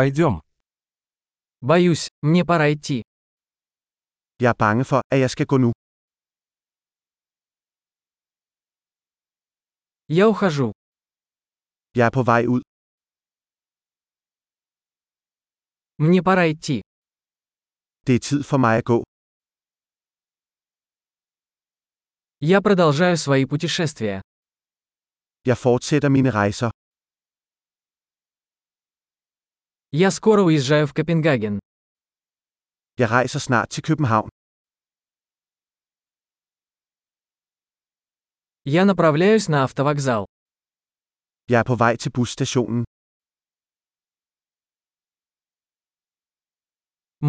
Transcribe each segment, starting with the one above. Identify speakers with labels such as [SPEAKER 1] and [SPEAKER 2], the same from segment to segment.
[SPEAKER 1] Пойдем.
[SPEAKER 2] Боюсь, мне пора идти.
[SPEAKER 3] Jeg er bange for, at jeg skal gå nu.
[SPEAKER 2] Я ухожу.
[SPEAKER 3] Jeg er på vej ud.
[SPEAKER 2] Мне пора идти.
[SPEAKER 3] Det er tid for mig at gå.
[SPEAKER 2] Я продолжаю свои путешествия.
[SPEAKER 3] Jeg fortsætter mine rejser.
[SPEAKER 2] Я скоро уезжаю в Копенгаген.
[SPEAKER 3] Jeg rejser snart til København.
[SPEAKER 2] Я направляюсь на автовокзал.
[SPEAKER 3] Jeg er på vej til busstationen.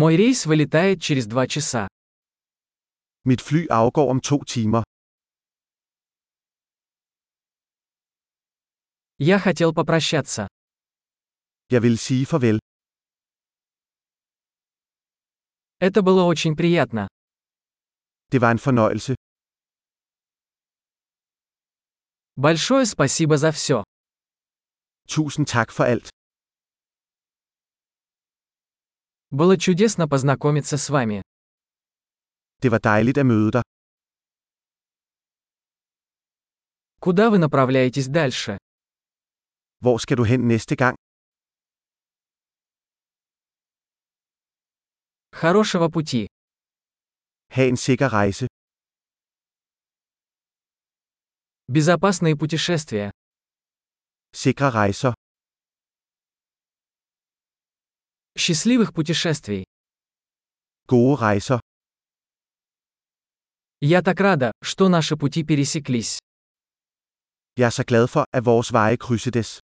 [SPEAKER 2] Мой рейс вылетает через два часа.
[SPEAKER 3] Mit fly afgår om to timer.
[SPEAKER 2] Я хотел попрощаться.
[SPEAKER 3] Jeg vil sige farvel.
[SPEAKER 2] Это было очень приятно.
[SPEAKER 3] Det var en fornøjelse.
[SPEAKER 2] Большое спасибо за все.
[SPEAKER 3] Tusind tak for alt.
[SPEAKER 2] Было чудесно познакомиться с вами.
[SPEAKER 3] Det var dejligt at møde dig.
[SPEAKER 2] Куда вы направляетесь дальше?
[SPEAKER 3] Hvor skal du hen næste gang?
[SPEAKER 2] Хорошего пути.
[SPEAKER 3] Ha en sikker rejse.
[SPEAKER 2] Безопасные путешествия.
[SPEAKER 3] Sikre rejser.
[SPEAKER 2] Счастливых путешествий.
[SPEAKER 3] Gode rejser.
[SPEAKER 2] Я так рада, что наши пути пересеклись.
[SPEAKER 3] Jeg er så glad for, at vores veje krydsedes.